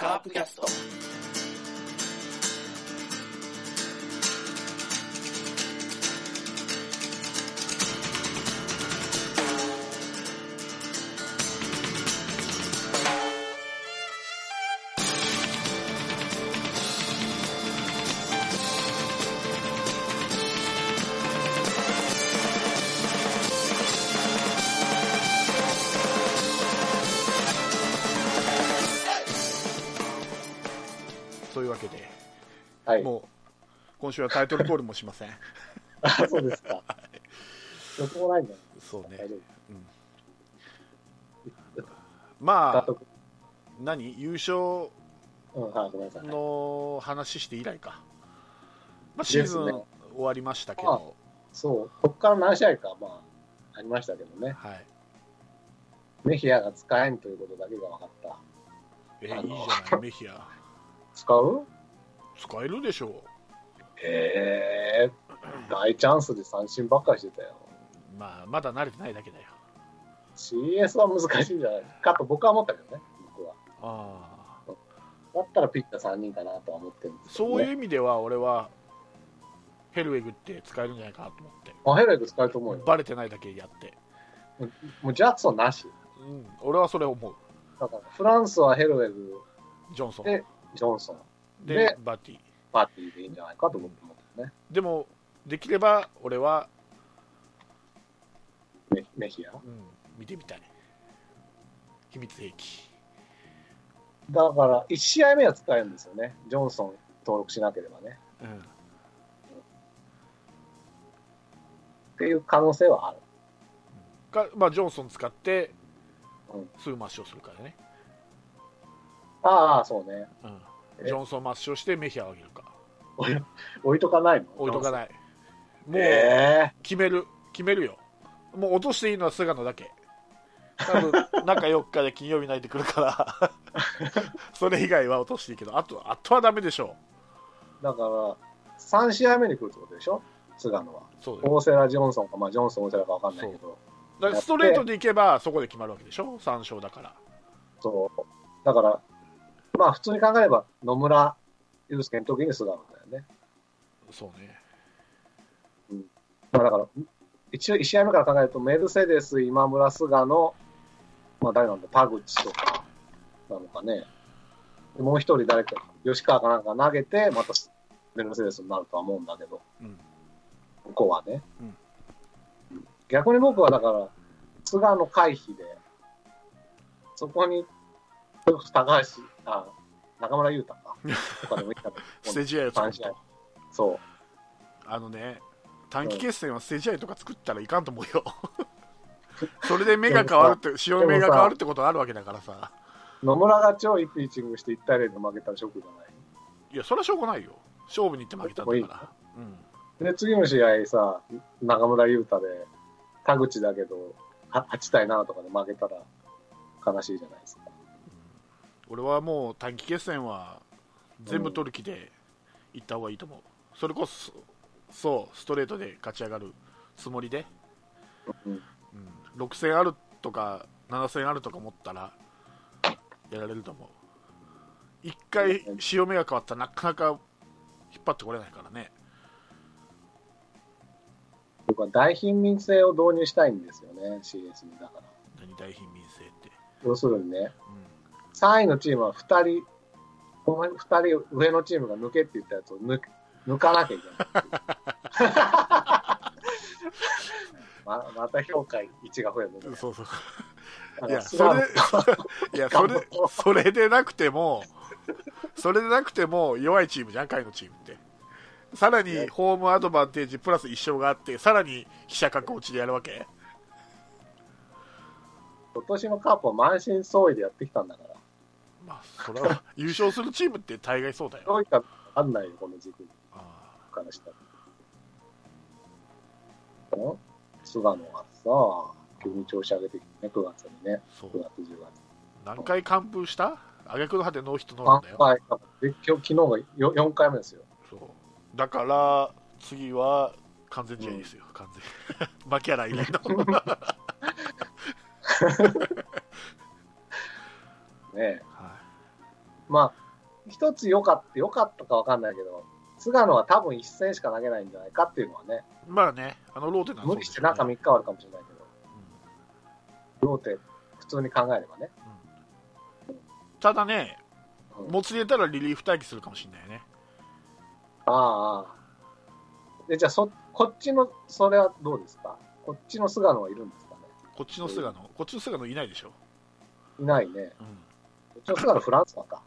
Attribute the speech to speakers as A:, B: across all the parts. A: カープキャスト。
B: というわけで、
C: はい。
B: もう今週はタイトルコールもしま せん
C: あ、そうですか。どこもないんだよ。
B: そうね
C: 大丈夫。
B: ま
C: 監
B: あ
C: 督。
B: 何優勝
C: うん、はい、ごめんなさい。
B: の話して以来か、まあ、シーズン
C: です
B: 終
C: ね
B: わりましたけど、
C: そう、ここから何試合か、まあ、ありましたけどね。
B: はい、
C: メヒアが使えんということだけが分かった。
B: え
C: あ
B: いい
C: の
B: じゃないメヒア
C: 使う
B: 使えるでしょ
C: へえ大チャンスで三振ばっかりしてたよ。
B: う、まあ、まだ慣れてないだけだよ
C: CS は難しいんじゃないかと僕は思ったけどね、僕は。
B: ああ
C: だったらピッチャー3人かなとは思ってるんですけど、ね。
B: そういう意味では俺はヘルウェグって使えるんじゃないかなと思って
C: マヘルエク使えると思うよ。
B: バレてないだけやって、
C: もうジャクソンなし。
B: うん、俺はそれ思う
C: だからフランスはヘルウェグ、
B: ジョンソン
C: でジョンソン、
B: で
C: で
B: バティ
C: パーティーでいいんじゃないかと僕も思ったね。
B: でもできれば俺は、
C: メメヒア。
B: うん、見てみたい秘密兵器
C: だから、1試合目は使えるんですよね。ジョンソン登録しなければね。
B: うん
C: っていう可能性はある。
B: か、まあ、ジョンソン使って
C: うん
B: すぐ抹消するからね、
C: ああ、そうね。
B: うん
C: え
B: ジョンソン抹消してメヒアを上げるか
C: 置いとかないの
B: 置いとかないも
C: もう。
B: う
C: え
B: 決める決めるよもう落としていいのは菅野だけ多 分中4日で金曜日泣いてくるからそれ以外は落としていいけどあとあとはダメでしょ
C: ーだから、3試合目に来るってことでしょ菅野は。
B: うそうだよ
C: オーセラ・ジョンソンか、まあ、ジョンソン、オーセラか分かんないけど。
B: だからストレートでいけばそこで決まるわけでしょ3勝だから
C: そう。だから、まあ、普通に考えれば、野村祐介の時に菅野だよね。
B: そうね
C: まあ、だから、一応、1試合目から考えると、メルセデス、今村、菅野、まあ、誰なんだ、田口とかなのかね。でもう一人誰か、吉川かなんか投げて、またメルセデスになるとは思うんだけど、
B: うん
C: 向こうはね。
B: うん
C: 逆に僕はだから、菅野回避で、そこに、高橋、あ、中村優太 か、とかでもいいかと思
B: 捨
C: う
B: て試合を作
C: 三
B: る
C: 試合
B: と
C: そう。
B: あのね短期決戦は捨て試合とか作ったらいかんと思うよそれで目が変わるって潮目が変わるってことあるわけだからさ
C: 野村が超いいピッチングして1対0で負けたらショックじゃない
B: いやそれはしょうがないよ勝負に行って負けたんだからうん
C: で、次の試合さ、中村優太で、田口だけど、は8対7とかで負けたら悲しいじゃないですか。
B: 俺はもう短期決戦は全部取る気で行った方がいいと思う、それこそそうストレートで勝ち上がるつもりで、
C: うん
B: うん、6戦あるとか7戦あるとか思ったらやられると思う一回潮目が変わったらなかなか引っ張ってこれないからね
C: 僕は大貧民制を導入したいんですよね、CS に。だから。
B: 何大貧民制って、
C: 要するにね、
B: う
C: 3位のチームは2人、お前2人上のチームが抜けって言ったやつを抜抜かなきゃいけない。 ままた評価1が増える
B: ん、
C: ね
B: そうそう
C: だ
B: い
C: か
B: や
C: ら
B: そ
C: 菅
B: れ
C: 野
B: で いやそれそれでなくてもそれでなくても弱いチームじゃん下位のチームってさらにホームアドバンテージプラス1勝があってさらに飛車角落ちでやるわけ
C: 今年のカープは満身創痍でやってきたんだから。
B: まあそ れは優勝するチームって大概そうだよ
C: どういったか分かんないよ、この時期
B: あ
C: からしたら。この菅野がさ、急に調子上げてきてね、9月にね
B: あ、そう
C: 9月、10月。
B: 何回完封した挙句の果てノーヒットノーランだ
C: 3
B: よ
C: 回、で今日昨日が 4, 回目ですよ。
B: そうだから次は完全試合 ですよ、完全負けやら以来の
C: まあ、一つ良かった、良かったか分かんないけど、菅野は多分一戦しか投げないんじゃないかっていうのはね、
B: まあね、あのローテなん
C: 無理して中3日はあるかもしれないけど、ローテ、普通に考えればね。
B: ただね、
C: うん
B: もつれたらリリーフ待機するかもしれないよね。
C: ああ。で、じゃあ、そ、こっちの、それはどうですかこっちの菅野はいるんですかね
B: こっちの菅野、こっちの菅野いないでしょ。
C: いないね。
B: うん
C: こっちの菅野フランスパンか。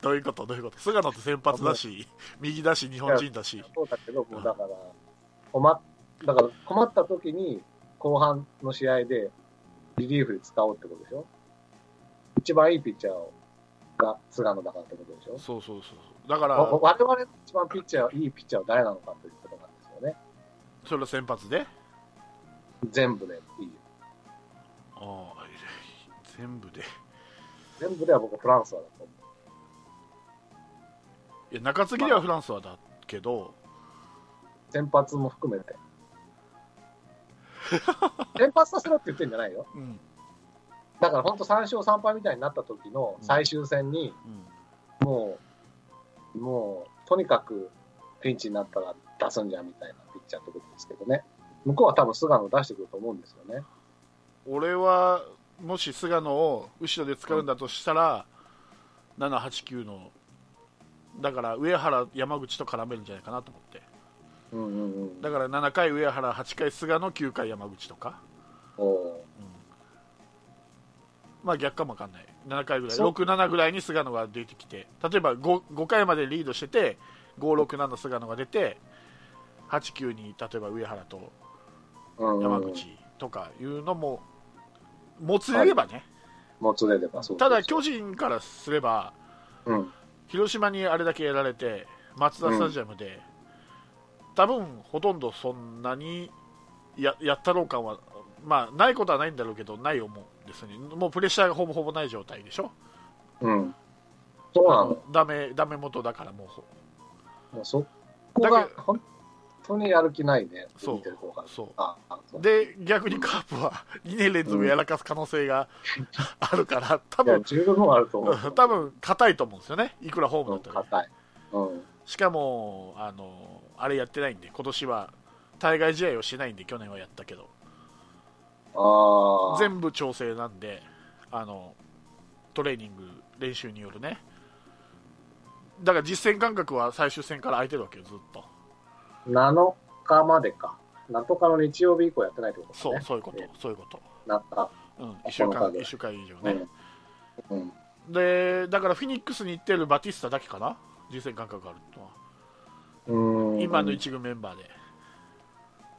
B: どういうことどういうこと菅野って先発だし、右だし、日本人だし。
C: そうだけど、もうだから、困っ、だから困った時に、後半の試合で、リリーフで使おうってことでしょ一番いいピッチャーをが菅野だからってことでしょ
B: そうそうそうそう。だか
C: わ
B: ら、
C: 我々の一番ピッチャー、いいピッチャーは誰なのかということなんですよね。
B: それは先発で。
C: 全部でいい。
B: ああ全部で。
C: 全部では僕フランスはだと思
B: いや、中継ぎではフランスはだけど、
C: う。先発も含めて。先発させろって言ってんじゃないよ。
B: うん。
C: だから本当3勝3敗みたいになった時の最終戦に、
B: うん。
C: もう、もう、とにかくピンチになったら出すんじゃんみたいなピッチャーってことですけどね。向こうは多分菅野を出してくると思うんですよね。
B: 俺は、もし菅野を後ろで使うんだとしたら、7、8、9の、だから上原、山口と絡めるんじゃないかなと思って。
C: うんうんうん。
B: だから7回上原、8回菅野、9回山口とか、
C: おー
B: まあ逆かもわかんない、7回ぐらい、
C: そう
B: 6、7ぐらいに菅野が出てきて、例えば 5, 5回までリードしてて、5、6、7菅野が出て、8、9に例えば上原と
C: うんうん
B: 山口とかいうのも、もつれればね、
C: もつれればそう
B: ただ巨人からすれば、
C: うん。
B: 広島にあれだけやられて、マツダスタジアムで、多分ほとんどそんなにややったろう感は、まあ、ないことはないんだろうけど、ない思うんですよね、もうプレッシャーがほぼほぼない状態でしょ、
C: うん。そうな
B: あ
C: の
B: の。ダメダメ元だからもうほ、
C: もうそこが
B: だけ
C: 本当にやる気ないね。
B: そう
C: 見てる方が。
B: そ
C: ああそう
B: う、で、逆にカープは2年連続やらかす可能性があるから、多
C: いや、
B: 分
C: 十分あると思う。
B: 多分硬いと思うんですよね、いくらホーム
C: うん、
B: だったら。
C: 硬い。うん。
B: しかもあの、あれやってないんで、今年は対外試合をしないんで、去年はやったけど。
C: ああ。
B: 全部調整なんであのトレーニング練習によるねだから実戦感覚は最終戦から空いてるわけよずっと
C: 7日までか。7日の日曜日以降やってないってこと
B: そう
C: だね。
B: そういうこと
C: え
B: そういうこと、
C: なった。
B: うん、1週
C: この
B: 間
C: 間
B: 一週間以上
C: う
B: ね
C: ん、。うん。
B: でだからフィニックスに行ってるバティスタだけかな実戦感覚があるのは
C: うん
B: 今の一軍メンバーで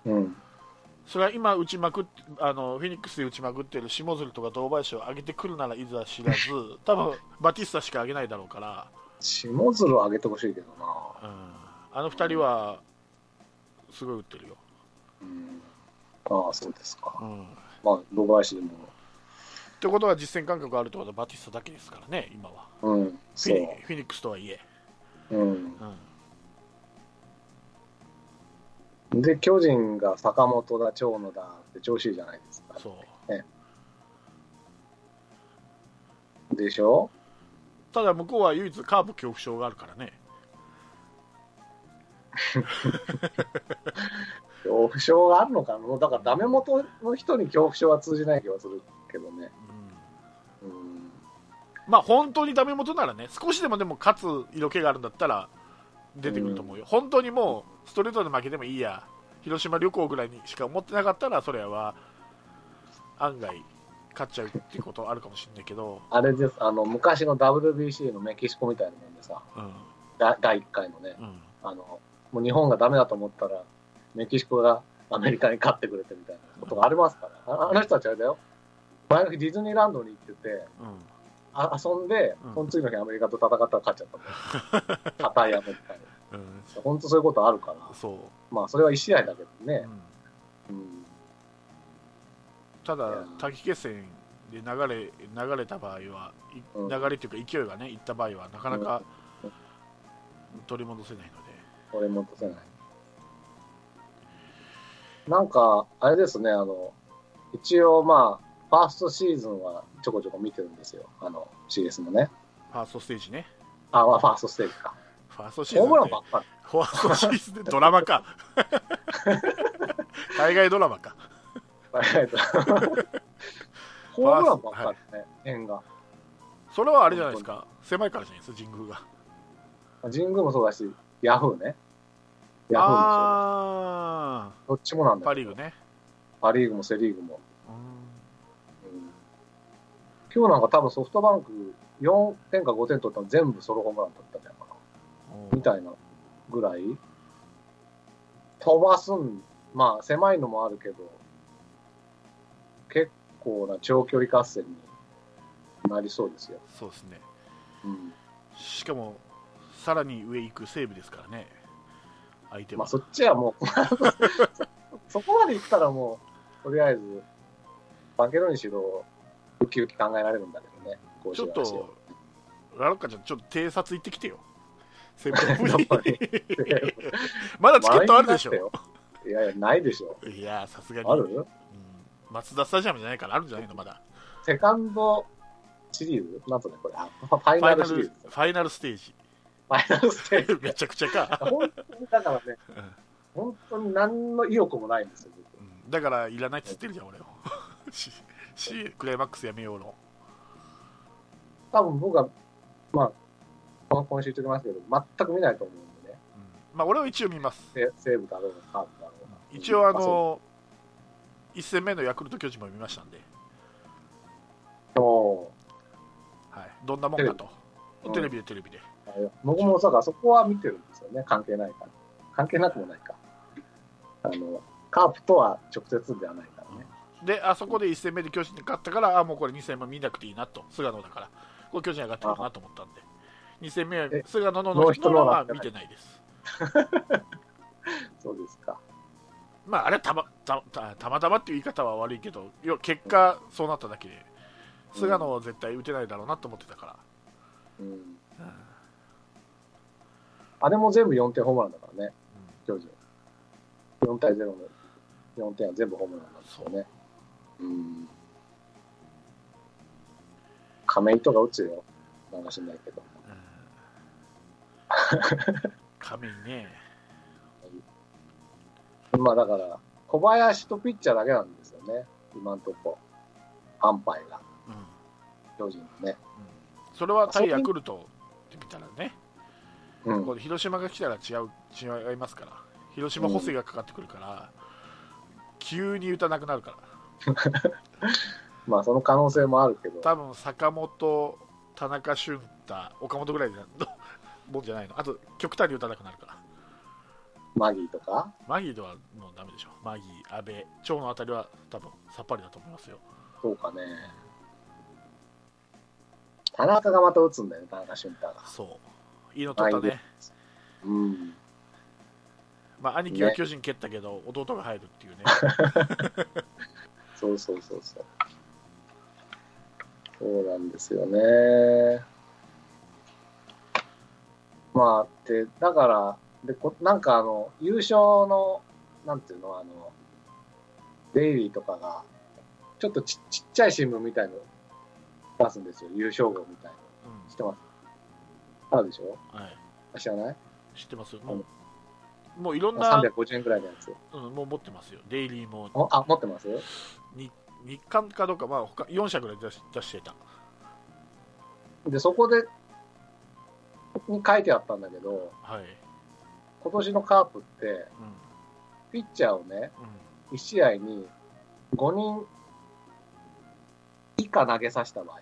C: うん。
B: それは今打ちまくっあのフィニックスで打ちまくってる下鶴とか堂林を上げてくるならいざ知らず 多分バティスタしか上げないだろうから
C: 下鶴を上げてほしいけどな。
B: うんあの二人はすごい打ってるよ、
C: うん。ああ、そうですか。
B: うん、っ
C: まあ、堂林でも。
B: てことは実戦感覚があるってことはバティスタだけですからね、今は。
C: うん。
B: フ
C: そ
B: ィニ
C: う。
B: フィニックスとはいえ、
C: うん。
B: う
C: で、巨人が坂本だ、長野だって調子いいじゃないですか
B: ん、。そう
C: でしょ
B: ただ向こうは唯一カーブ恐怖症があるからね、
C: 恐怖症があるのかなだからダメ元の人に恐怖症は通じない気はするけどね。
B: うん、
C: うん。
B: まあ本当にダメ元ならね、少しでもでも勝つ色気があるんだったら出てくると思うよ、本当にもうストレートで負けてもいいや、広島旅行ぐらいにしか思ってなかったら、それは案外勝っちゃうっていうことあるかもしれないけど、
C: あれです、あの、昔の WBC のメキシコみたいなもんでさ、
B: うん、
C: だ第1回のね、
B: うん、
C: あの、もう日本がダメだと思ったら、メキシコがアメリカに勝ってくれてみたいなことがありますから、ああの人たちあれだよ、前の日ディズニーランドに行ってて、
B: うん。
C: あ遊んで
B: うん、
C: その次の日アメリカと戦ったら勝っちゃったもん。 硬いアメリカに。
B: うん
C: 本当そういうことあるから、
B: そ
C: まあそれは1試合だけど
B: う、う
C: ね。
B: ん、
C: うん、
B: た
C: いや
B: だ
C: ー、
B: 滝決戦で流れ流れた場合は、い
C: うん
B: 流れというか、勢いがね、いった場合は、なかなか取り戻せないので、
C: 俺も落とせない。なんか、あれですね、あの、一応まあ、ファーストシーズンはちょこちょこ見てるんですよ。あの、CS のね。
B: ファーストステージね。
C: あ、まあ、ファーストステージか。
B: ファーストシー
C: ホ
B: ズ
C: ームラ
B: ン
C: ンば
B: で
C: っかり。
B: ファーストシーズンでドラマ か。海外ドラマか。
C: えっとホームランばっかりね、点が。
B: それはあれじゃないですか。狭いからじゃないですか、神宮が。
C: 神宮もそうだし、ヤフーね。ヤフーも
B: あ
C: そう。どっちもなん
B: ー、
C: だ
B: パ・
C: よ。
B: リーグね。
C: パ・リーグもセ・リーグも。
B: うん
C: うん今日なんか多分ソフトバンク4点か5点取ったの全部ソロホームランだったんじゃないかな。みたいなぐらい飛ばすん、まあ狭いのもあるけど、結構な長距離合戦になりそうですよ。
B: そうですね。
C: うん。
B: しかも、さらに上行く西武ですからね。相手
C: ま
B: は
C: あ。そっちはもう、 そこまで行ったらもう、とりあえず、バンケロにしろ、ウキウキ考えられるんだけどね、こう
B: ちょっ
C: しよ
B: と、ラロッカちゃん、ちょっと偵察行ってきてよ。西武
C: やっぱり
B: に まだチケットあるでしょ。
C: う。いやいや、ないでしょ。
B: いやー、さすがに。
C: ある
B: うん、松田スタジアムじゃないからあるんじゃないのまだ
C: セカンドシリーズなんとね、これ。あファ
B: フ
C: イナ
B: ァイナ
C: ル
B: ル
C: シリーズ。
B: ファイナルステージ
C: ファイナルステージ。
B: めちゃくちゃか、
C: 本当にだからね、本当に何の意欲もないんですよ、僕
B: うんだからいらないっつってるじゃん俺を ししクライマックスやめようの
C: 多分僕は、まあ、この今週言っておきますけど、全く見ないと思うんでね、
B: うんまあ俺は一応見ます
C: せ西武だろうが、カープだろうが。
B: 一応あ
C: まそ
B: の1戦目のヤクルト巨人も見ましたんで、
C: うも
B: はい、どんなもんかと
C: うん
B: テレビでテレビで、
C: うあれ僕もだからそこは見てるんですよね、関係ないから。関係なくもないか。あの、カープとは直接ではないからね。
B: であそこで1戦目で巨人に勝ったからあもうこれ2戦目見なくていいなと菅野だからこれ巨人上がってくるなと思ったんで2戦目は
C: え
B: 菅野の
C: ノ
B: の
C: ーヒッ
B: 人
C: トノー
B: の
C: ラン
B: は
C: じゃ
B: 見
C: ない
B: てないです
C: そうですか。
B: まあ、あれはたまたたたまたまっていう言い方は悪いけど、要は結果、そうなっただけで、菅野は絶対打てないだろうなと思ってたか
C: うん。
B: ら、うん
C: あれも全部4点ホームランだからね、巨人。4対0の4点は全部ホームランなんですよね。うん。亀井とか打つよ。なんか知んないけど。
B: うん神ね、
C: まあだから、小林とピッチャーだけなんですよね。今んとこ。安牌が。
B: うん、
C: 巨人のね。
B: それは対ヤクルトって見たらね、
C: う
B: こ
C: ん。
B: こで広島が来たら違う違いますから、広島補正がかかってくるから、急に打たなくなるから、
C: まあその可能性もあるけど。
B: 多分坂本、田中俊太、岡本ぐらいの もんじゃないの、あと極端に打たなくなるから。
C: マギーとか。
B: マギーではもうダメでしょマギー、安倍、長のあたりは多分さっぱりだと思いますよ。
C: そうかね。田中がまた打つんだよね、田中俊太が。
B: そう。いいの取った
C: はい
B: ね。
C: うん。
B: まあ、兄貴は巨人蹴ったけど、弟が入る っていうね。
C: そうそうそうそう。そうなんですよね。まあ、で、だから、でこなんかあの、優勝の、なんていうの、あの、デイリーとかが、ちょっとちちっちゃい新聞みたいの出すんですよ。優勝号みたいの。知ってますあるでしょ
B: うんはい、
C: 知らない
B: 知ってますもう、もういろんな、
C: ?350 円くらいのやつ。
B: うん、もう持ってますよ。デイリーも
C: おあ、持ってます
B: 日日刊かどうか、まあ、他4社ぐらい出し出してた。
C: で、そこで、に書いてあったんだけど、
B: はい。
C: 今年のカープって、
B: う
C: ピッチャーをね、
B: ん。うん。
C: 1試合に5人以下投げさせた場合、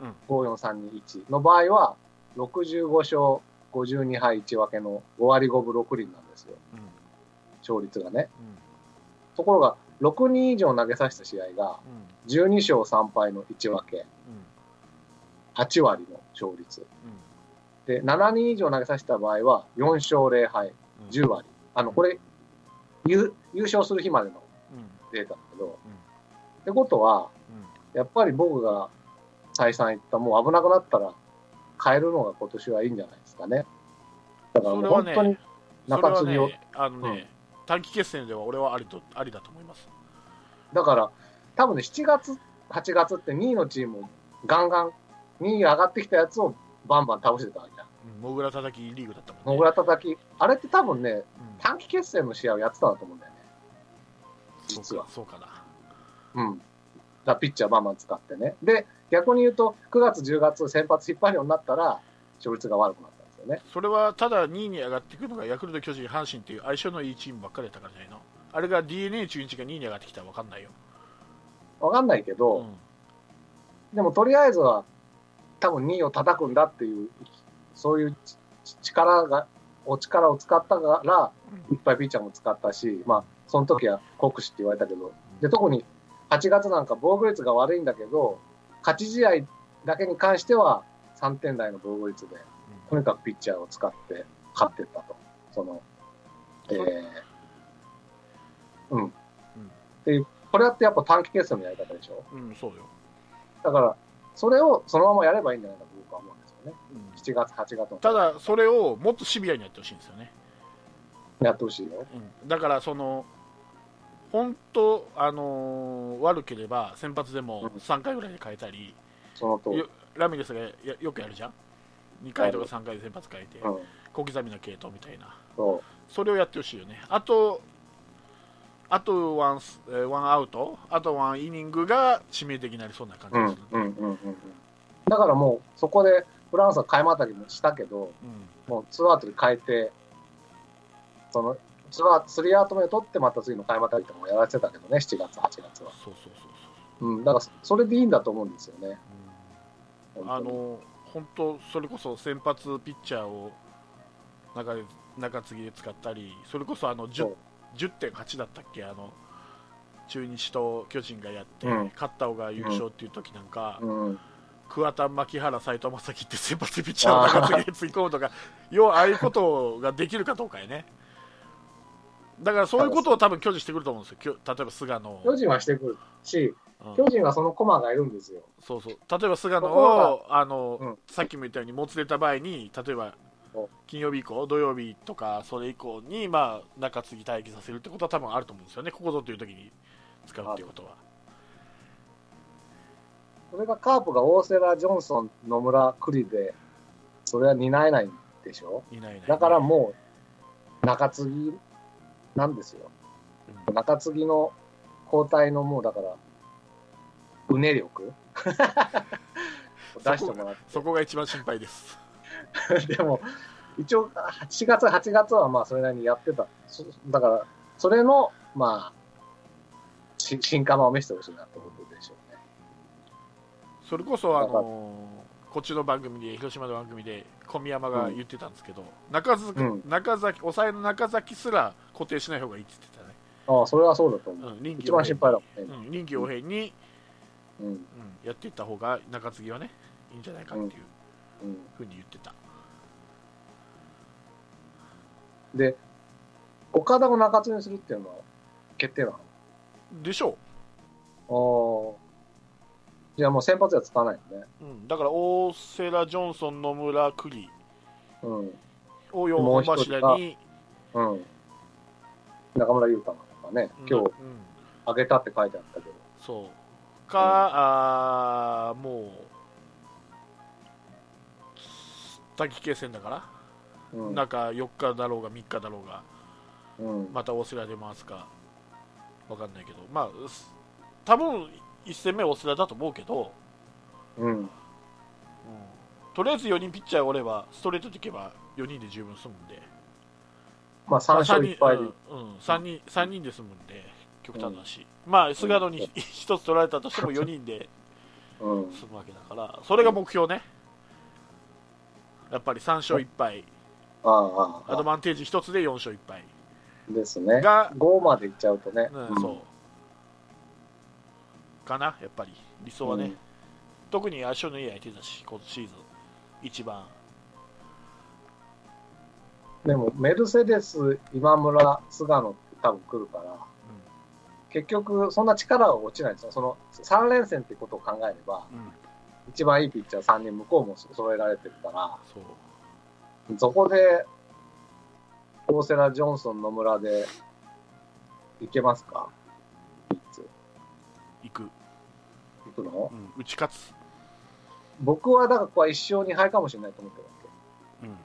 B: うん
C: 5、4、3、2、1の場合は、65勝52敗1分けの5割5分6厘なんですよ、
B: うん。
C: 勝率がね。
B: うん。
C: ところが、6人以上投げさせた試合が、
B: うん。
C: 12勝3敗の1分け、
B: うん。
C: 8割の勝率。
B: うん。
C: で、7人以上投げさせた場合は、4勝0敗、
B: うん。
C: 10割。あの、これ、優優勝する日までの
B: うん。うん。
C: データだけど、ってことは、やっぱり僕が再三言った、もう危なくなったら変えるのが今年はいいんじゃないですかね。だからも
B: そうれは
C: 本
B: ね
C: 当に、
B: それは
C: 中継ぎを
B: ね、あのね、短期決戦では俺はありとありだと思います。
C: だから多分ね、7月、 8月って2位のチームをガンガン、2位上がってきたやつをバンバン倒してたわけじゃん。
B: うんモグラ叩きリーグだったもんね。
C: 野村叩き、あれって多分ね、
B: うん
C: 短期決戦の試合をやってたんだと思うんだよね。
B: そ
C: 実
B: う
C: は
B: か。そうかな。
C: うん。だからピッチャーバンバン使ってね。で、逆に言うと、9月、10月、先発引っ張るようになったら、勝率が悪くなったんですよね。
B: それはただ2位に上がってくるのがヤクルト、巨人、阪神っていう相性のいいチームばっかりだったからじゃないのあれが d n a 中日が2位に上がってきたら分かんないよ。
C: わかんないけ
B: う
C: ど、
B: ん、
C: でもとりあえずは、多分2位を叩くんだっていう、そういうちち力が、お力を使ったから、いっぱいピッチャーも使ったし、まあ、その時は酷使って言われたけど、で、特に8月なんか防御率が悪いんだけど、勝ち試合だけに関しては3点台の防御率で、とにかくピッチャーを使って勝ってったと。その、えー、うん。で、これだってやっぱ短期決戦のやり方でしょ
B: うん、うん、そうよ。
C: だから、それをそのままやればいいんじゃないかと僕は思うんですよね。
B: うん
C: 7月、8月の
B: ただ、それをもっとシビアにやってほしいんですよね。
C: やってほしいよ。
B: うん、だからその本当、あのー悪ければ先発でも
C: うん
B: 3回ぐらいで変えたり、
C: その通り
B: よ。ラミレスがやよくやるじゃん2回とか3回で先発変えて
C: うん。
B: 小刻みな系統みたいな
C: そう。
B: それをやってほしいよねあとあとワンスえーワンアウトあとワンイニングが致命的になりそうな感じ
C: うん
B: が
C: う
B: す
C: ん
B: る、
C: うんうんうん。だからもう、そこで、フランスは買いまたりもしたけど、
B: うん
C: もうツーアウトで変えて、その、ツーアウト、スリーアウト目を取って、また次の買いまたりってのもやらせてたけどね、7月、8月は。
B: そうそうそうそう
C: うん、だから、それでいいんだと思うんですよね。
B: うんあの本当それこそ先発ピッチャーを中で中継ぎで使ったりそれこそあの
C: そ
B: 10,
C: う
B: 10.8だったっけあの中日と巨人がやって、
C: うん
B: 勝った方が優勝っていう時なんか、
C: うん、
B: 桑田、牧原、斎藤正樹って先発ピッチャーを中継ぎで突っ込む とか要はああいうことができるかどうかやねだからそういうことを多分拒否してくると思うんですよきょ例えば菅野
C: 巨人はしてくるし、
B: うん
C: 巨人はその駒がいるんですよ。
B: そうそう例えば菅野
C: ところ
B: をあの、
C: うん
B: さっきも言ったようにもつれた場合に例えば
C: お
B: 金曜日以降土曜日とかそれ以降に、まあ、中継ぎ待機させるってことは多分あると思うんですよねここぞという時に使うっていうことは
C: それがカープが大瀬良、ジョンソン、野村、クリで、それは担えないんでしょ。
B: いないいない
C: だからもう、中継ぎなんですよ。
B: うん
C: 中継ぎの交代のもうだから、うね力 出してもらっ
B: そこが一番心配です
C: て。でも、一応、7月、8月はまあそれなりにやってた。そだから、それの、まあ、し新釜を見せてほしいなってことでしょうね。
B: それこそ
C: だ
B: あ
C: から
B: のこっちの番組で広島の番組で小宮山が言ってたんですけど、中崎
C: うん
B: 中崎抑えの中崎すら固定しない方がいいって言ってたね、
C: ああ、それはそうだと思う。
B: うん、臨機
C: 一
B: 応
C: 番心
B: 変に
C: 配だもんね。
B: うん臨機応変に、
C: うん。
B: うん、やっていった方が中継ぎはねいいんじゃないかっていう
C: うん
B: ふうに言ってた、
C: で、岡田を中継ぎにするっていうのは決定なの
B: でしょ
C: ああ。じゃあもう先発では使わないのね。
B: う、うん、だから大瀬良ジョンソン野村九里
C: うん。
B: を4本柱に
C: うん。中村優太なんかね、今
B: うん
C: 日、あげたって書いてあったけど。
B: そうか、あーもう滝系戦だから、
C: うん。
B: 中4日だろうが3日だろうが
C: うん。
B: また大瀬良で回すかわかんないけどまあす多分1戦目大瀬良だと思うけど、
C: うん。
B: とりあえず4人ピッチャーおればストレートでいけば4人で十分済むんで
C: まあ3勝
B: まあ
C: 1敗で。
B: 三人うんうん三人三人で済むんで極端だし、まあ菅野に一つ取られたとしても4人で
C: うん。
B: 済むわけだからそれが目標ねやっぱり3勝1敗
C: ああ、あ
B: アド
C: あ。
B: バンテージ1つで4勝1敗
C: ですね。
B: が
C: 5までいっちゃうとね。
B: うん、そうかなやっぱり理想はね、
C: うん
B: 特に相性のいい相手だし今シーズン一番
C: でも、メルセデス、今村、菅野って多分来るから、結局、そんな力は落ちないんですよ。その3連戦ってことを考えれば、
B: うん、うん、
C: 一番いいピッチャー3人向こうも揃えられてるから、
B: そう
C: そこで、大瀬良、ジョンソン、野村で、いけますかいつ
B: 行く
C: いくの
B: うん、打ち勝つ、
C: 僕はだからここは一勝二敗かもしれないと思ってるわ
B: うん、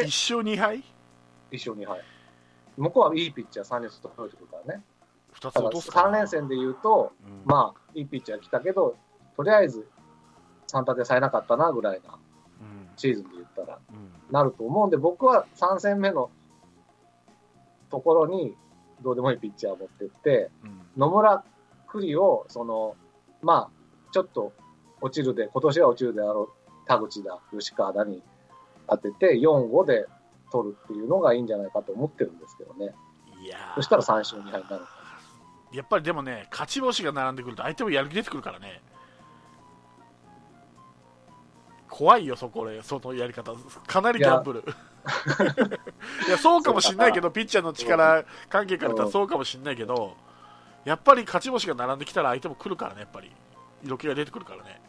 C: で
B: 1勝2敗
C: け。一勝二敗。向こうはいいピッチャー3連戦と取れてくるからね。
B: 2つ
C: だか
B: 落
C: ら
B: とすか
C: 3連戦で言うと、
B: うん
C: まあ、いいピッチャー来たけど、とりあえず3立てされなかったなぐらいな
B: うん
C: シーズンで言ったら、
B: うん
C: なると思うんで、僕は3戦目のところに、どうでもいいピッチャーを持ってって、
B: うん
C: 野村栗を、その、まあ、ちょっと落ちるで、今年は落ちるであろう、田口だ、吉川だに当てて、4、5で取るっていうのがいいんじゃないかと思ってるんですけどね。
B: いやー
C: そしたら3勝2敗になる。
B: やっぱりでもね勝ち星が並んでくると相手もやる気出てくるからね怖いよそこでそのやり方かなりギャンブル いやそうかもしんないけどピッチャーの力関係から言ったらそうかもしんないけどやっぱり勝ち星が並んできたら相手も来るからねやっぱり色気が出てくるからね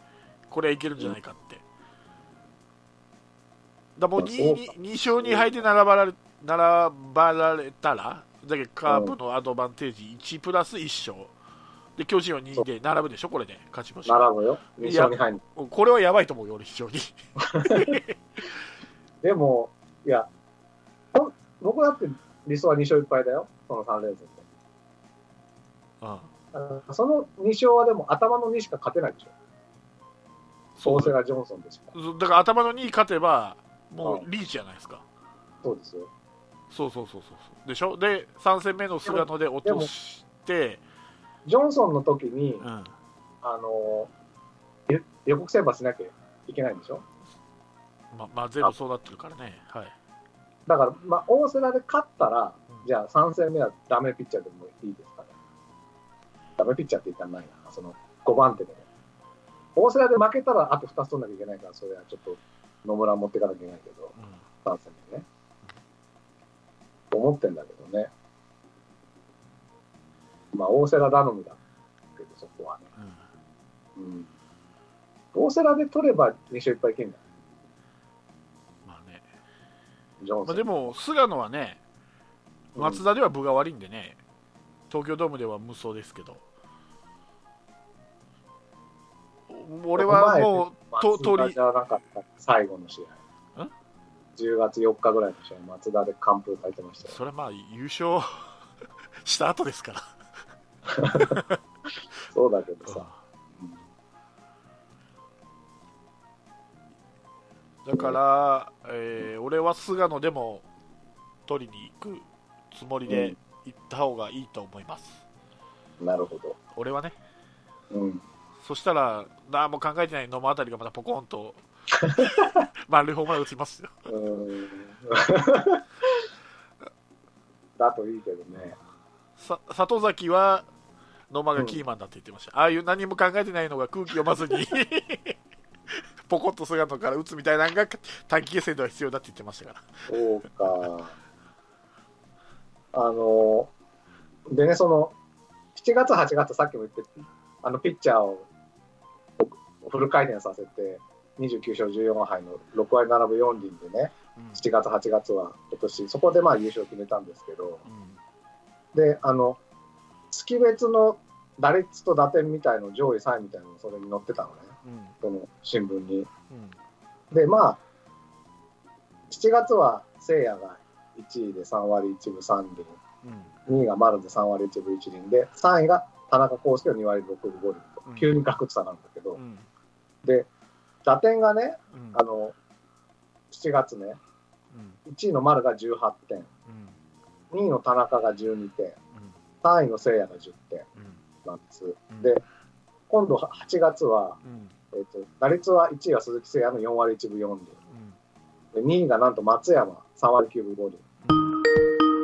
B: これはいけるんじゃないかって、だからもう
C: そうか
B: 2, 勝2敗で並ばられ並ばられたらだけどカープのアドバンテージ1プラス1勝で巨人は2で並ぶでしょこれで勝ち星
C: 並ぶよ。2
B: いや
C: 勝2敗に。
B: これはやばいと思うよ俺非常に
C: でも、いや、ほん僕だって理想は2勝1敗だよ。その3連戦で。
B: うん
C: あのその2勝はでも頭の2しか勝てないでしょ。
B: そ
C: 大
B: う
C: 瀬がジョンソンでしか。
B: だから頭の2勝てばもうリーチじゃないですか
C: そうですよ。
B: そうそうそうそうそうでしょで3戦目の菅野で落として
C: ジョンソンの時に、
B: うん
C: あのゆ予告先発しなきゃいけないんでしょ
B: ままあ全部そうなってるからねはい
C: だから、まあ、大瀬良で勝ったら
B: う、ん
C: じゃあ3戦目はダメピッチャーでもいいですかね。ダメピッチャーって言ったらないな、その5番手でも。大瀬良で負けたらあと2つ取んなきゃいけないから、それはちょっと野村持っていかなきゃいけないけど、
B: うん
C: 3戦目ね。思ってんだけどね。まあ、大瀬良頼みだけど、そこはね。
B: うん
C: うん。大瀬良で取れば2勝1敗いけんだ。
B: まあね
C: ジョン
B: ま
C: ソ
B: あ、
C: ン。
B: でも菅野はね、
C: うん
B: 松田では分が悪いんでね、東京ドームでは無双ですけど、俺はもうと
C: 松田
B: 鳥
C: じ、ゃなかった最後の試合
B: ん
C: 10月4日ぐらいの試合松田で完封されてましたよ
B: それはまあ優勝 した後ですから、
C: そうだけどさ、
B: だから、えー俺は菅野でも取りに行くつもり
C: う
B: で
C: ん
B: 行った方がいいと思います、
C: なるほど、
B: 俺はね。
C: うん、
B: そしたら、何も考えてない野間あたりがまたポコンと 満塁ホームラン打ちますよ。
C: うー ん だといいけどね
B: さ里崎は野間がキーマンだって言ってました、ああいう何も考えてないのが空気読まずにポコッと菅野から打つみたいなのが短期決戦では必要だって言ってましたから
C: そうかあのでねその7月8月さっきも言ってあのピッチャーをフル回転させて29勝14敗の6割並ぶ4輪でね
B: うん
C: 7月、8月は今年、そこでまあ優勝を決めたんですけど、で、あの、月別の打率と打点みたいの上位3位みたいなのそれに載ってたのね、
B: うんうん
C: その新聞に。
B: うん
C: で、まあ、7月は聖夜が1位で3割1分3厘、
B: うん
C: 2位が丸で3割1分1厘で、3位が田中康介の2割6分5厘
B: う
C: と
B: ん、
C: 急に格差なんだけど、
B: うん
C: で、打点がね、
B: うん
C: あの、7月ね、
B: うん
C: 1位の丸が18点、
B: うん
C: 2位の田中が12点、
B: うん
C: 3位の聖夜が10点
B: うん
C: なんです。
B: うん
C: で、今度は8月は、
B: うん
C: えっと打率は1位は鈴木誠也の4割1分4
B: うん
C: 厘で、2位がなんと松山、3割9分5厘。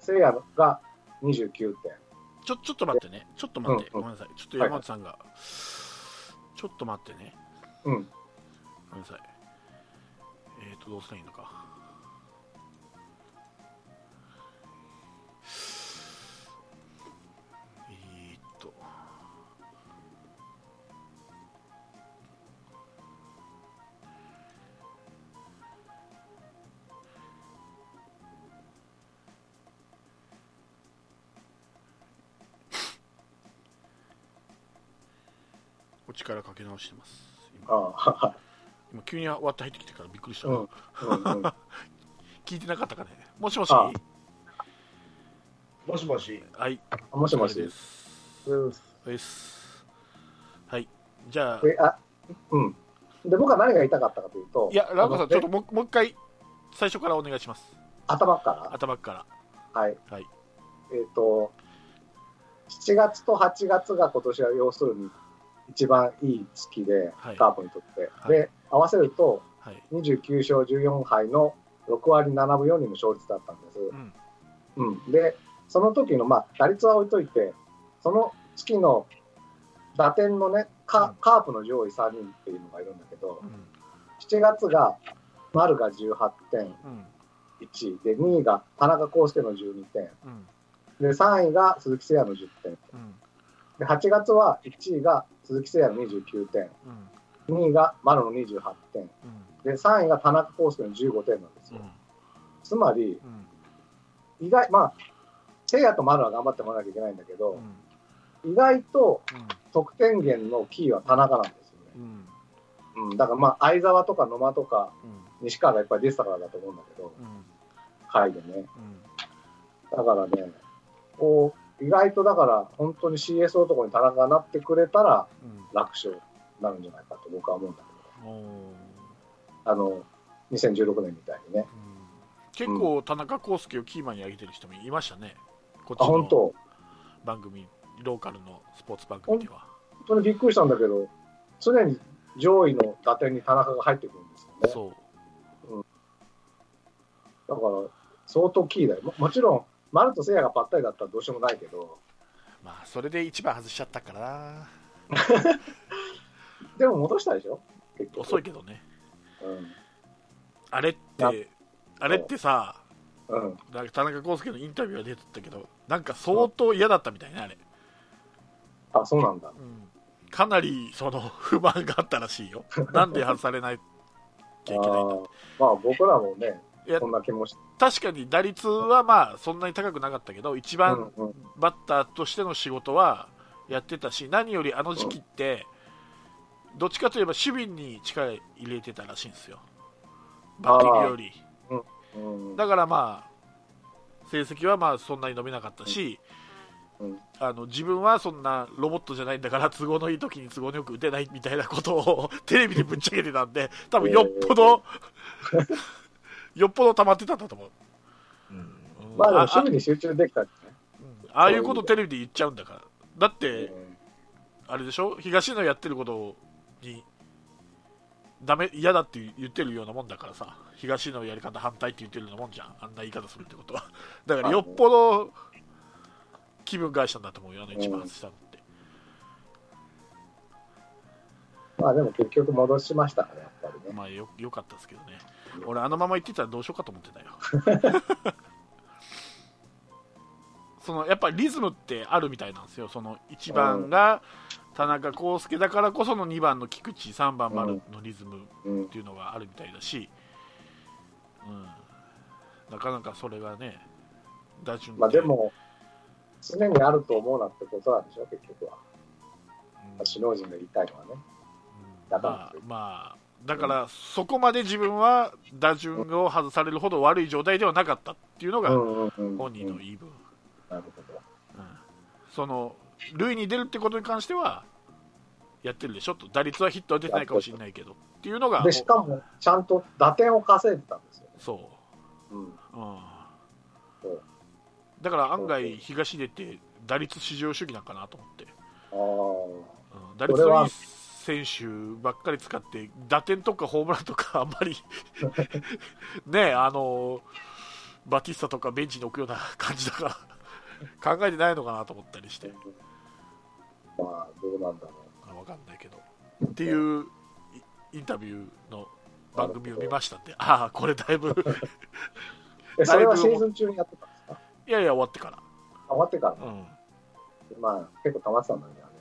C: 誠也が29点。
B: ちょちょっと待ってねちょっと待って、
C: うんうん
B: ごめんなさいちょっと山本さんが、ちょっと待ってね
C: うん。
B: ごめんなさいえっ、ー、とどうしたらいいのかえー、っとっちからかけ直してます今
C: ああ、は
B: 今急に割って入ってきてからびっくりした、
C: うんいはい。うんうん
B: 聞いてなかったかねもしもし
C: あ
A: もしもし。
B: はい
C: あ もしも
B: お疲れ
C: し
B: で。す
C: うん
B: ですはいじゃあ
C: え、あ、うん。で、僕は何が言いたかったかというと、
B: いやランコさんちょっ
C: と。
B: ともうもう一回最初からお願いします
C: 頭か
B: 頭から
C: ら。はい。
B: はい
C: えっ、と、7月と8月が今年は要するに一番いい月で、
B: はい
C: カープにとって。
B: はい
C: で、合わせると
B: はい
C: 29勝14敗の6割7分4厘の勝率だったんです。
B: うん
C: うん、で、その時の、まあ、打率は置いといて、その月の打点のね、カカープの上位3人っていうのがいるんだけど
B: う、ん
C: 7月が丸が18.1
B: うん
C: で、2位が田中康介の12点、
B: うん
C: で3位が鈴木誠也の10点、
B: うん
C: で8月は1位が鈴木誠也の29点、
B: うん
C: 2位が丸の28点、
B: うん
C: で3位が田中康介の15点なんです
B: う
C: よ。
B: ん
C: つまり、
B: うん
C: 意外、まあ、誠也と丸は頑張ってもらわなきゃいけないんだけ
B: う
C: ど、
B: ん
C: 意外と得点源のキーは田中なんですよ
B: う
C: ね。
B: ん
C: うん、だからまあ、相沢とか野間とか
B: うん
C: 西川がやっぱり出てたからだと思うんだけど、
B: うん
C: 回でね。
B: うん
C: だからね、こう、意外とだから、本当に CS 男に田中がなってくれたら、
B: うん
C: 楽勝になるんじゃないかと僕は思うんだけ
B: おー
C: ど、あの、2016年みたいにね。
B: うん結構田中康介をキーマンに挙げてる人もいましたねこっ
C: あ、本
B: ちの
C: 当
B: 番組ローカルのスポーツ番組では
C: 本当にびっくりしたんだけど、常に上位の打点に田中が入ってくるんですよね。
B: そう
C: だから、相当キーだよ。ももちろん、丸と聖也がぱったりだったらどうしようもないけど、
B: まあそれで一番外しちゃったからな
C: でも戻したでしょ結局。
B: 遅いけどね
C: うん。
B: あれっ
C: な
B: てあれってさ
C: うん。
B: なんか田中康介のインタビューが出てたけどなんか相当嫌だったみたいねあれ、
C: あ、そうなんだ。
B: うん、かなりその不満があったらしい よなんで外されないきゃいけないんだ
C: あーまあ、僕らもね
B: いや、
C: こんな気もして。
B: 確かに打率はまあそんなに高くなかったけど一番
C: うんうん
B: バッターとしての仕事はやってたし何よりあの時期ってどっちかといえば守備に力入れてたらしいんですよバッティングより
C: うん
B: だからまあ成績はまあそんなに伸びなかったし、
C: うん
B: あの自分はそんなロボットじゃないんだから都合のいい時に都合のよく打てないみたいなことを テレビでぶっちゃけてたんで多分よっぽど、 よっぽど溜まってたんだと思う、
A: うん。
B: うん
C: まあ、でも
B: あ
C: 守備に集中できたってね。
B: うんああいうことテレビで言っちゃうんだからだって
C: うん
B: あれでしょ東野やってることにダメ嫌だって言ってるようなもんだからさ東野やり方反対って言ってるようなもんじゃんあんな言い方するってことはだからよっぽど気分害したんだと思うよあの一番外したのって、
C: まあ、でも結局戻しましたから、やっぱりね。
B: まあよよかったですけどね俺あのまま言ってたらどうしようかと思ってたよ そのやっぱりリズムってあるみたいなんですよその1番が田中康介だからこその2番の菊池3番丸のリズム
C: うん
B: っ。ていうのがあるみたいだし、うん、なかなかそれがね、打順
C: まあ、でも、常にあると思うなってことなんでしょ、結局は。
B: うん
C: 首脳陣が言いたいのはね。だから
B: まあ、まあ、だからそこまで自分は打順を外されるほど悪い状態ではなかったっていうの
C: う
B: が
C: んうんうん。
B: 本人の
C: うん
B: 言い分、
C: なるほど。
B: うんその塁に出るってことに関してはやってるでしょと打率はヒットは出てないかもしれないけどっていうのが
C: で、しかも、ちゃんと打点を稼いでたんですよ。
B: そう
C: うん。
B: う
C: そ
B: ん
C: う、
B: だから案外東出って打率至上主義なんかなと思って、
C: あ
B: うん、打率
C: それ
B: のい
C: はい
B: 選手ばっかり使って打点とかホームランとかあんま りねあのバティスタとかベンチに置くような感じだから考えてないのかなと思ったりして
C: あ。まあ、どうなんだろ
B: 分かんないけどっていうイインタビューの番組を見ましたってああこれだいぶ
C: う。え、それはシーズン中にやってたんですか
B: いやいや終わってか
C: あ終わってから
B: ら、うん、
C: まあ、結構溜まってたんだけどね。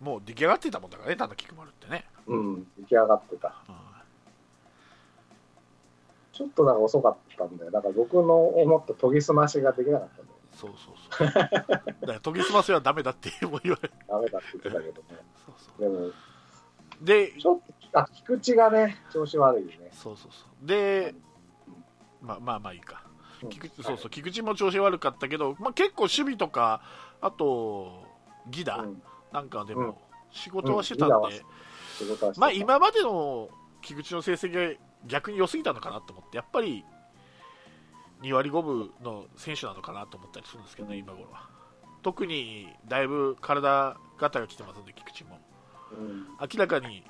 B: もう出来上がってたもんだからね田中菊丸ってね、
C: うん、出来上がってた。
B: うん
C: ちょっとなんか遅かったんだよ。だから僕の思った研ぎ澄ましができなかったんだよ。
B: そうそうそうだから研ぎ澄ませはダメだってもう言われる
C: ダメだって言ってたけどね。
B: そうそ
C: でも、
B: うで
C: ちょっと、あ、菊池がね、調子悪いよね。
B: そうそうそうでまあまあまあいいか菊池そうそう菊池も調子悪かったけど、まあ、結構守備とかあとギダ、
C: はいうん
B: なんかで
C: う
B: も
C: ん
B: 仕事はしてた
C: うんんギダ
B: で
C: は、仕事はしてた
B: まあ、今までの菊池の成績が逆に良すぎたのかなと思ってやっぱり2割5分の選手なのかなと思ったりするんですけどね、今頃は特にだいぶ体型が来てますんで菊池も
C: うん
B: 明らかに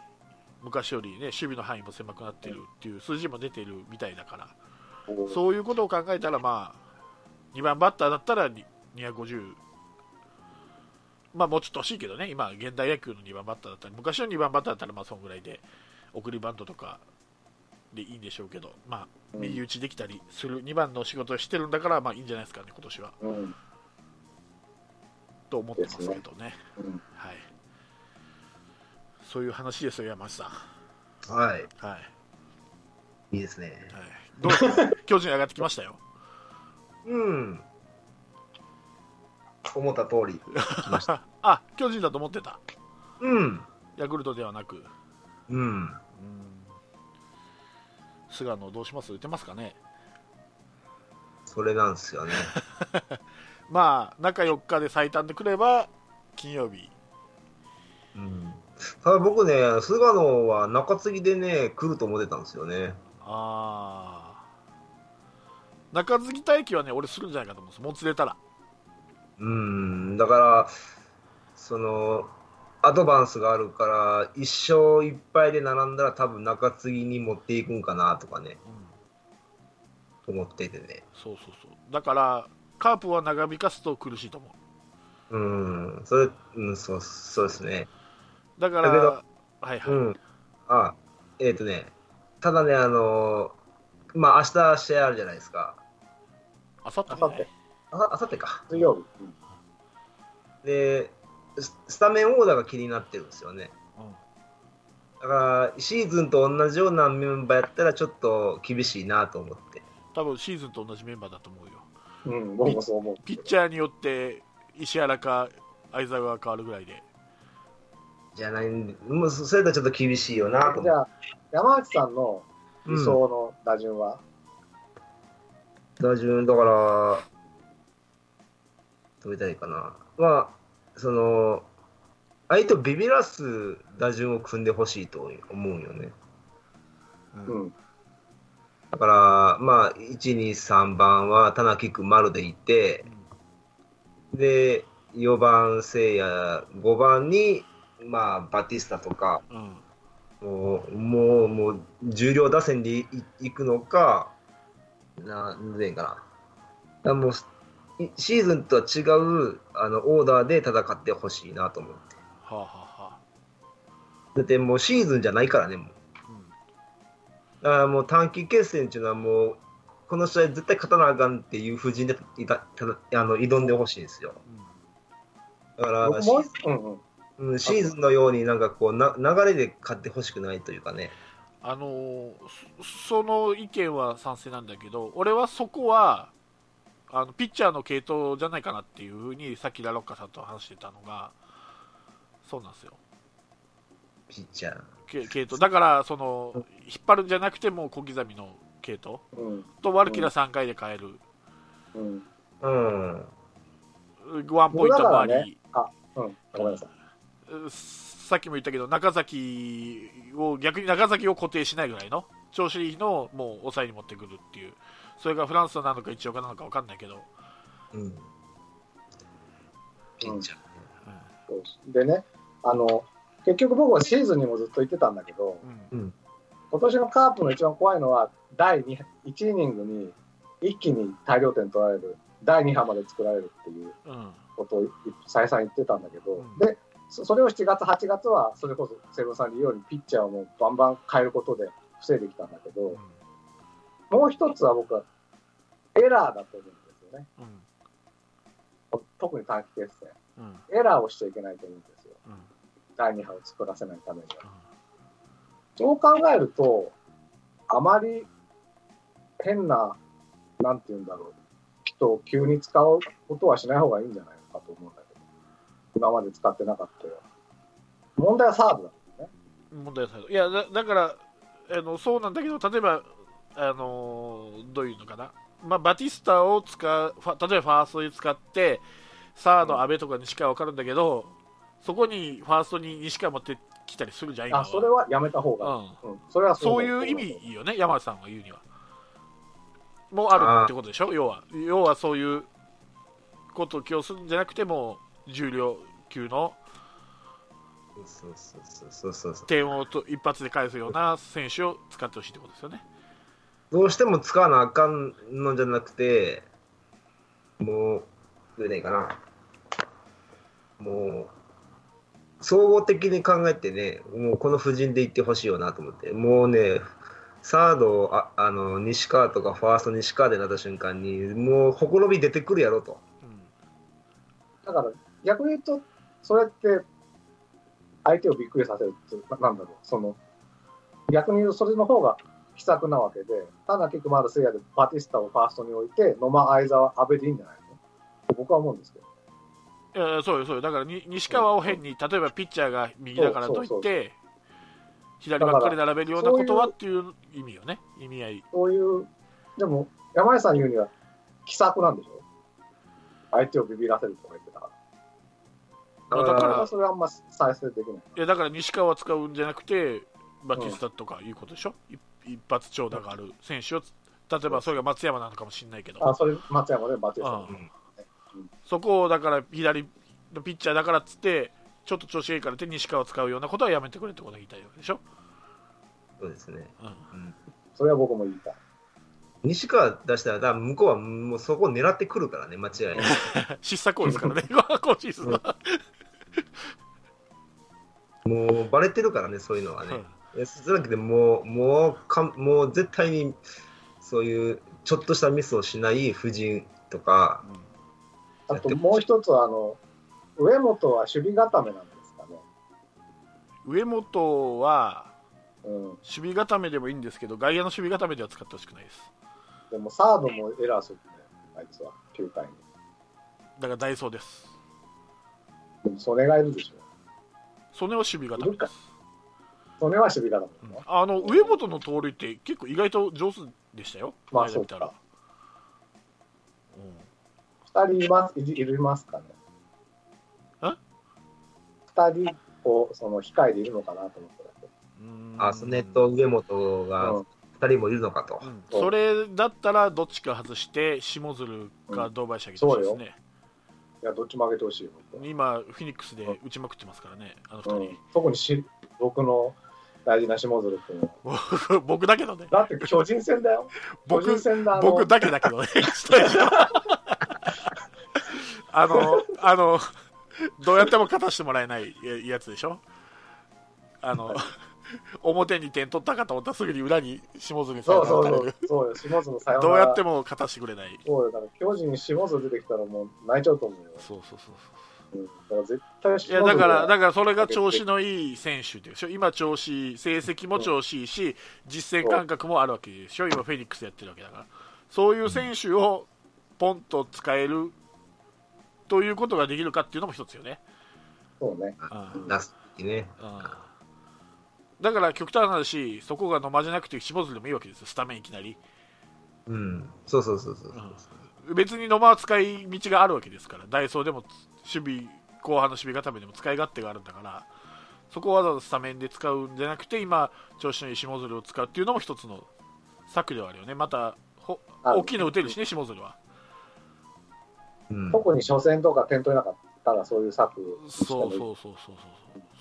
B: 昔より、ね、守備の範囲も狭くなってるっていう数字も出てるみたいだからそういうことを考えたら、まあ、2番バッターだったらに250、まあ、もうちょっと欲しいけどね、今、現代野球の2番バッターだったり、昔の2番バッターだったら、まあ、そんぐらいで、送りバントとかでいいんでしょうけど、まあ、
C: うん
B: 右打ちできたりする2番の仕事をしてるんだから、まあ、いいんじゃないですかね、今年は。
C: うん。うん。
B: と思ってますけどね。
C: うん
B: はいそういう話ですよ、山下さん。
A: はい。
B: はい。
A: いいですね。
B: はい、どうですか巨人上がってきましたよ。
A: うん。思った通り。
B: あ、巨人だと思ってた。
A: うん。
B: ヤクルトではなく。
A: うん。
B: うん菅野どうします打てますかね
A: それなんですよね。
B: まあ中4日で最短でくれば金曜日
A: うん。ただ僕ね、菅野は中継ぎでね、来ると思ってたんですよね。
B: ああ中継ぎ待機はね俺するんじゃないかと思うんですもつれたら
A: うん。だから、その、アドバンスがあるから、一勝一敗で並んだら多分中継ぎに持っていくんかなとかね、
B: うん
A: 思っててね。
B: そうそうそうだからカープは長引かすと苦しいと思う
A: うん。それ、うん、そう、そうですね。
B: だか
A: だけど
B: らはいはい、
A: うん。あ、えっ、とね、ただね、あのーまあ、明日試合あるじゃないですか。
B: あさって
C: あさって、
A: あ、あさってか。
C: 水曜日。うん
A: で、ススタメンオーダーが気になってるんですよね。
B: うん
A: だから、シーズンと同じようなメンバーやったら、ちょっと厳しいなと思って。
B: 多分シーズンと同じメンバーだと思うよ
C: うん、僕もそう思う。
B: ピッチャーによって石原か相沢が変わるぐらいで
A: じゃないんで、もうそそれとはちょっと厳しいよなと
C: じ
A: 思っ
C: ゃ
A: て。
C: あ、山内さんの理想
A: うん
C: の打順は、
A: 打順、だから、どう言ったらいいかな。まあ、その、相手をビビらす打順を組んでほしいと思うよね。
C: うん、
A: だから、まあ、1、2、3番は田中君、丸でいて、で、4番、聖夜、5番に、まあ、バティスタとか、
B: うん、うん
A: もう、もう、もう重量打線でいいくのか、ななんでいいんかな。だからもういシーズンとは違うあのオーダーで戦ってほしいなと思って。
B: はあはあは
A: だってもうシーズンじゃないからね、もう。
B: あ、う
A: だからもう短期決戦っていうのはもう、この試合絶対勝たなあかんっていう布陣でいたたあの挑んでほしいんですよ。
B: んうん
A: だから
C: 僕
A: シ
C: も
A: ー,、
C: うんうん、
A: うん、シーズンのようになんかこうな流れで勝ってほしくないというかね。
B: あのーそその意見は賛成なんだけど俺はそこはあのピッチャーの系統じゃないかなっていうふうにさっきラロッカさんと話してたのがそうなんですよ
A: ピッチャー。
B: け系統だからその引っ張るんじゃなくてもう小刻みの系統
C: うん、
B: とワルキラ3回で変える、
C: うん。
A: うん。
B: ワンポイントもあり、
C: 僕だからねうん、ごめんなさい。
B: うんさっきも言ったけど中崎を逆に中崎を固定しないぐらいの調子いいのをもう抑えに持ってくるっていうそれがフランスなのか一応かなのか分かんないけど、
A: うん。ピッチャー。
C: でね、あの、結局僕はシーズンにもずっと言ってたんだけど、
B: うん
A: うん。
C: 今年のカープの一番怖いのは、第2、1イニングに一気に大量点取られる、第2波まで作られるっていう
B: うん
C: ことを再三言ってたんだけど、
B: うん
C: で、そそれを7月、8月は、それこそセブンさんに言うように、ピッチャーをもうバンバン変えることで防いできたんだけ
B: う
C: ど
B: ん、
C: もう一つは僕はエラーだと思うんですよね。
B: うん
C: 特に短期決戦。
B: うんうん
C: エラーをしちゃいけないと思うんですよ。
B: うん
C: 第2波を作らせないためには。そう考えると、あまり変な、なんて言うんだろう、トを急に使うことはしない方がいいんじゃないかと思うんだけど、今まで使ってなかったよ。問題はサーブだ。
B: 問題されるいやだだからあのそうなんだけど例えばあのーどういうのかな、まあ、バティスタを使うファ例えばファーストに使ってサード、阿部とか西川分かるんだけどそこにファーストに西川持ってきたりするじゃん今は
C: あ、それはやめた方がいい。
B: うん、
C: うん、それは
B: そう
C: だ
B: いう意味よね山内さんが言うにはもうあるってことでしょ要は要はそういうことを起用するんじゃなくてもう重量級の
A: そうそうそうそうそうそう
B: 点をと一発で返すような選手を使ってほしいってことですよね
A: どうしても使わなあかんのじゃなくて、もう、どうねいいかな。もう、総合的に考えてね、もうこの布陣で行ってほしいよなと思って、もうね、サードああの西川とかファースト西川でなった瞬間に、もうほころび出てくるやろと。
B: うん
C: だから逆に言うと、それって相手をびっくりさせるっていう、ななんだろう、その逆に言うとそれの方が奇策なわけで、ただキックマール・セイヤでバティスタをファーストに置いて、野間、相沢、安倍でいいんじゃないの僕は思うんですけど、
B: いやそうよそうよだからに西川を変に例えばピッチャーが右だからとい
C: そうそ
B: って左ばっかり並べるようなことはっていう意味よね意味合い
C: そういう、でも山井さん言うには奇策なんでしょ相手をビビらせるとか言ってたから。
B: あだ
A: だ
B: か
A: からら、
C: それはあんま再生できない。
B: いやだから西川を使うんじゃなくてバティスタとかいうことでしょ、一一発長打がある選手を例えばそれが松山なのかもしれないけど
C: あ、それ松山でバティスタ
B: う
C: に。
B: んそこをだから左のピッチャーだからっつってちょっと調子がいいからって西川を使うようなことはやめてくれってことが言いたいわけでしょ、
A: そうですね。
B: うん
A: うん
C: それは僕も言いたい。
A: 西川出したら、だから向こうはもうそこ狙ってくるからね、間違いなく。
B: 失策です からね今シーズンは、
A: もうバレてるからね、そういうのは
B: う
A: ね
B: ん。
A: えそうじゃなくて、もう、もうかん、もう絶対に、そういう、ちょっとしたミスをしない夫人とか、
C: あともう一つはあの、上本は守備固めなんですかね。
B: 上本は
C: うん、
B: 守備固めでもいいんですけど外野の守備固めでは使ってほしくないです
C: でもサードもエラーするね、あいつは、9回に。
B: だからダイソーです
C: でも、それがいるでしょ。
B: それを守備固めです、
C: それは守備固めだ
B: うん
C: ね。
B: あの上本の盗塁って結構意外と上手でしたよ
C: まあ
B: 前で見たら
C: そ2人いますいいるますかね。
B: え
C: ?2 人をその控えでいるのかなと思っただけ
B: うん
A: あ、それと上本が
C: うん
A: 2人もいるのかと
B: う。んそれだったらどっちか外して下鶴か堂林上げてほしいですね、
C: いや、どっちも上げてほしいよ、僕は
B: 今フェニックスで打ちまくってますからねあの
C: う
B: 二
C: ん、特にし僕の大事な下鶴君は。
B: 人、 僕だけどね
C: だって巨人戦だよ。巨
B: 僕
C: 人戦だ。あの
B: 僕だけだけどね あのあのどうやっても勝たせてもらえないやつでしょあの表に点取ったかと思ったらすぐに裏に下鶴にさ
C: そ
B: よ
C: う
B: なら
C: そ
B: 打
C: うそ
B: たれる
C: う。そうよ、下鶴さよなら。
B: どうやっても勝たせてくれない
C: そうよ、だから巨人に下鶴出てきたらもう泣いちゃうと思うよ。
B: そうそうそうそう
C: うん、だから絶対
B: いやだから、だ
C: か
B: からそれが調子のいい選手でしょ、今、調子いい、成績も調子いいし、実戦感覚もあるわけでしょ、今、フェニックスでやってるわけだから、そういう選手をポンと使えるということができるかっていうのも一つよね、
C: そうね。
B: うんうん
A: 出す時ね。
B: だから極端な話、そこが野間じゃなくて、下津でもいいわけですよ、スタメンいきなり、
A: うん。そうそうそうそう。
B: 別に野間は使い道があるわけですから、ダイソーでも守備後半の守備固めでも使い勝手があるんだから、そこをわざわざスタメンで使うんじゃなくて、今、調子のいい下鶴を使うっていうのも一つの策ではあるよね、またほ
C: ある
B: 大きいの打てるしね、下鶴は。
A: うん。
C: 特に初戦とか点取れなかったらそういう策
B: そう
C: してもいい
B: そうそうそうそう、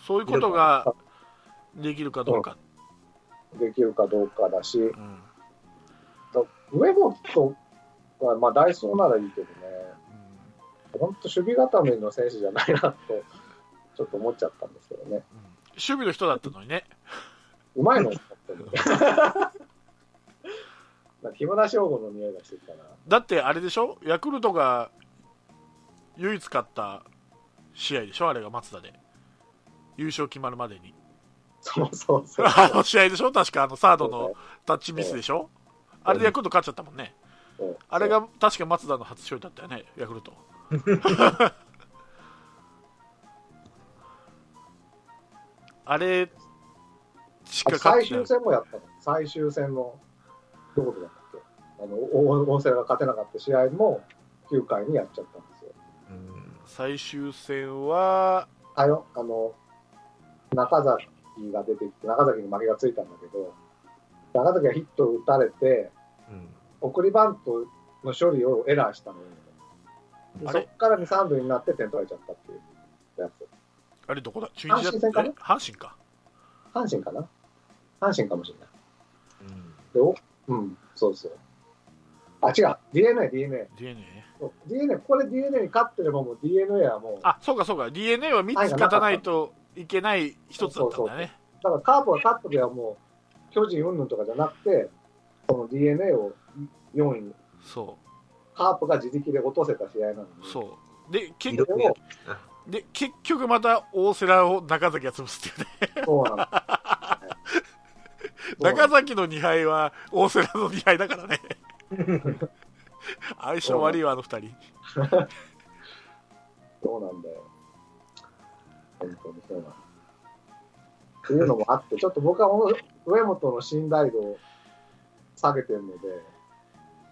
B: そういうことができるかどうか、
C: できるかどうかだし、
B: うん
C: 上本はまあダイソーならいいけどね、本当守備固めの選手じゃないなと、ちょっと思っちゃったんですけどね。
B: うん守備の人だったのにね、
C: うまいの本当に。 なんか木村翔吾の匂いがしてきたな。
B: だってあれでしょ、ヤクルトが唯一勝った試合でしょ、あれが松田で、優勝決まるまでに。
C: そうそうそう。
B: あの試合でしょ確かあのサードのタッチミスでしょあれでヤクルト勝っちゃったもんね。
C: うん
B: あれが確か松田の初勝利だったよね、ヤ クルト。あれしか勝っ
C: 最
B: てない
C: 終。戦もやったの最終戦のどこでだったっけあのお大勢が勝てなかった試合も9回にやっちゃったんですよ
A: うん
B: 最終戦は、
C: あのあの中崎が出てきて中崎に負けがついたんだけど中崎がヒットを打たれて
A: うん
C: 送りバントの処理をエラーしたのよで
B: あ
C: そ
B: れ
C: っから2、3塁になって点取られちゃったっていうやつ
B: あれどこだ中日だ
C: 阪神戦かな
B: え阪神か。
C: 阪神かな阪神かもしれない
A: うん
C: でおうんそうそうあ違う d n a d n a
B: DNA。
C: d n a これ d n a に勝ってればもう d n a はもうだか
B: あ、そうかそうか。DNA は3つ勝たないといけない一つだったんだね。
C: らカープが勝った時はもう巨人云々とかじゃなくてこの d n a を4位に
B: そ
C: カープが自力で落とせた試合なの
B: う。
C: に
B: そう。で、結
A: いろいろやって
B: で結局また大瀬良を中崎が潰すっていうね。
C: そうなのそうな
B: 中
C: の
B: 崎の2敗は大瀬良の2敗だから ね相性悪いわあの2人
C: そうなんだよ本当にそうなのっていうのもあってちょっと僕は上本の信頼度を下げてるので